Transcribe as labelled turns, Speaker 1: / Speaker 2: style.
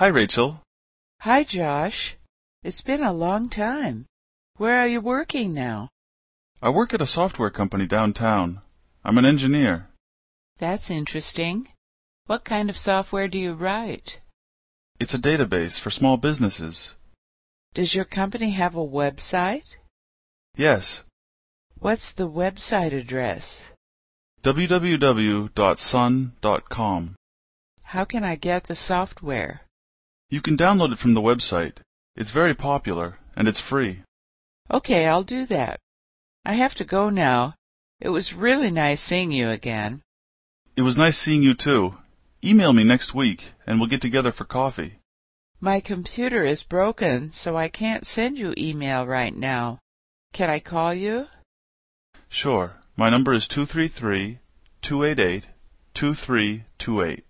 Speaker 1: Hi, Rachel.
Speaker 2: Hi, Josh. It's been a long time. Where are you working now?
Speaker 1: I work at a software company downtown. I'm an engineer.
Speaker 2: That's interesting. What kind of software do you write?
Speaker 1: It's a database for small businesses.
Speaker 2: Does your company have a website?
Speaker 1: Yes,
Speaker 2: What's the website address?
Speaker 1: www.sun.com.
Speaker 2: How can I get the software?
Speaker 1: You can download it from the website. It's very popular and it's free.
Speaker 2: Okay, I'll do that. I have to go now. It was really nice seeing you again.
Speaker 1: It was nice seeing you too. Email me next week and we'll get together for coffee.
Speaker 2: My computer is broken, so I can't send you email right now. Can I call you?
Speaker 1: Sure. My number is 233 288 2328.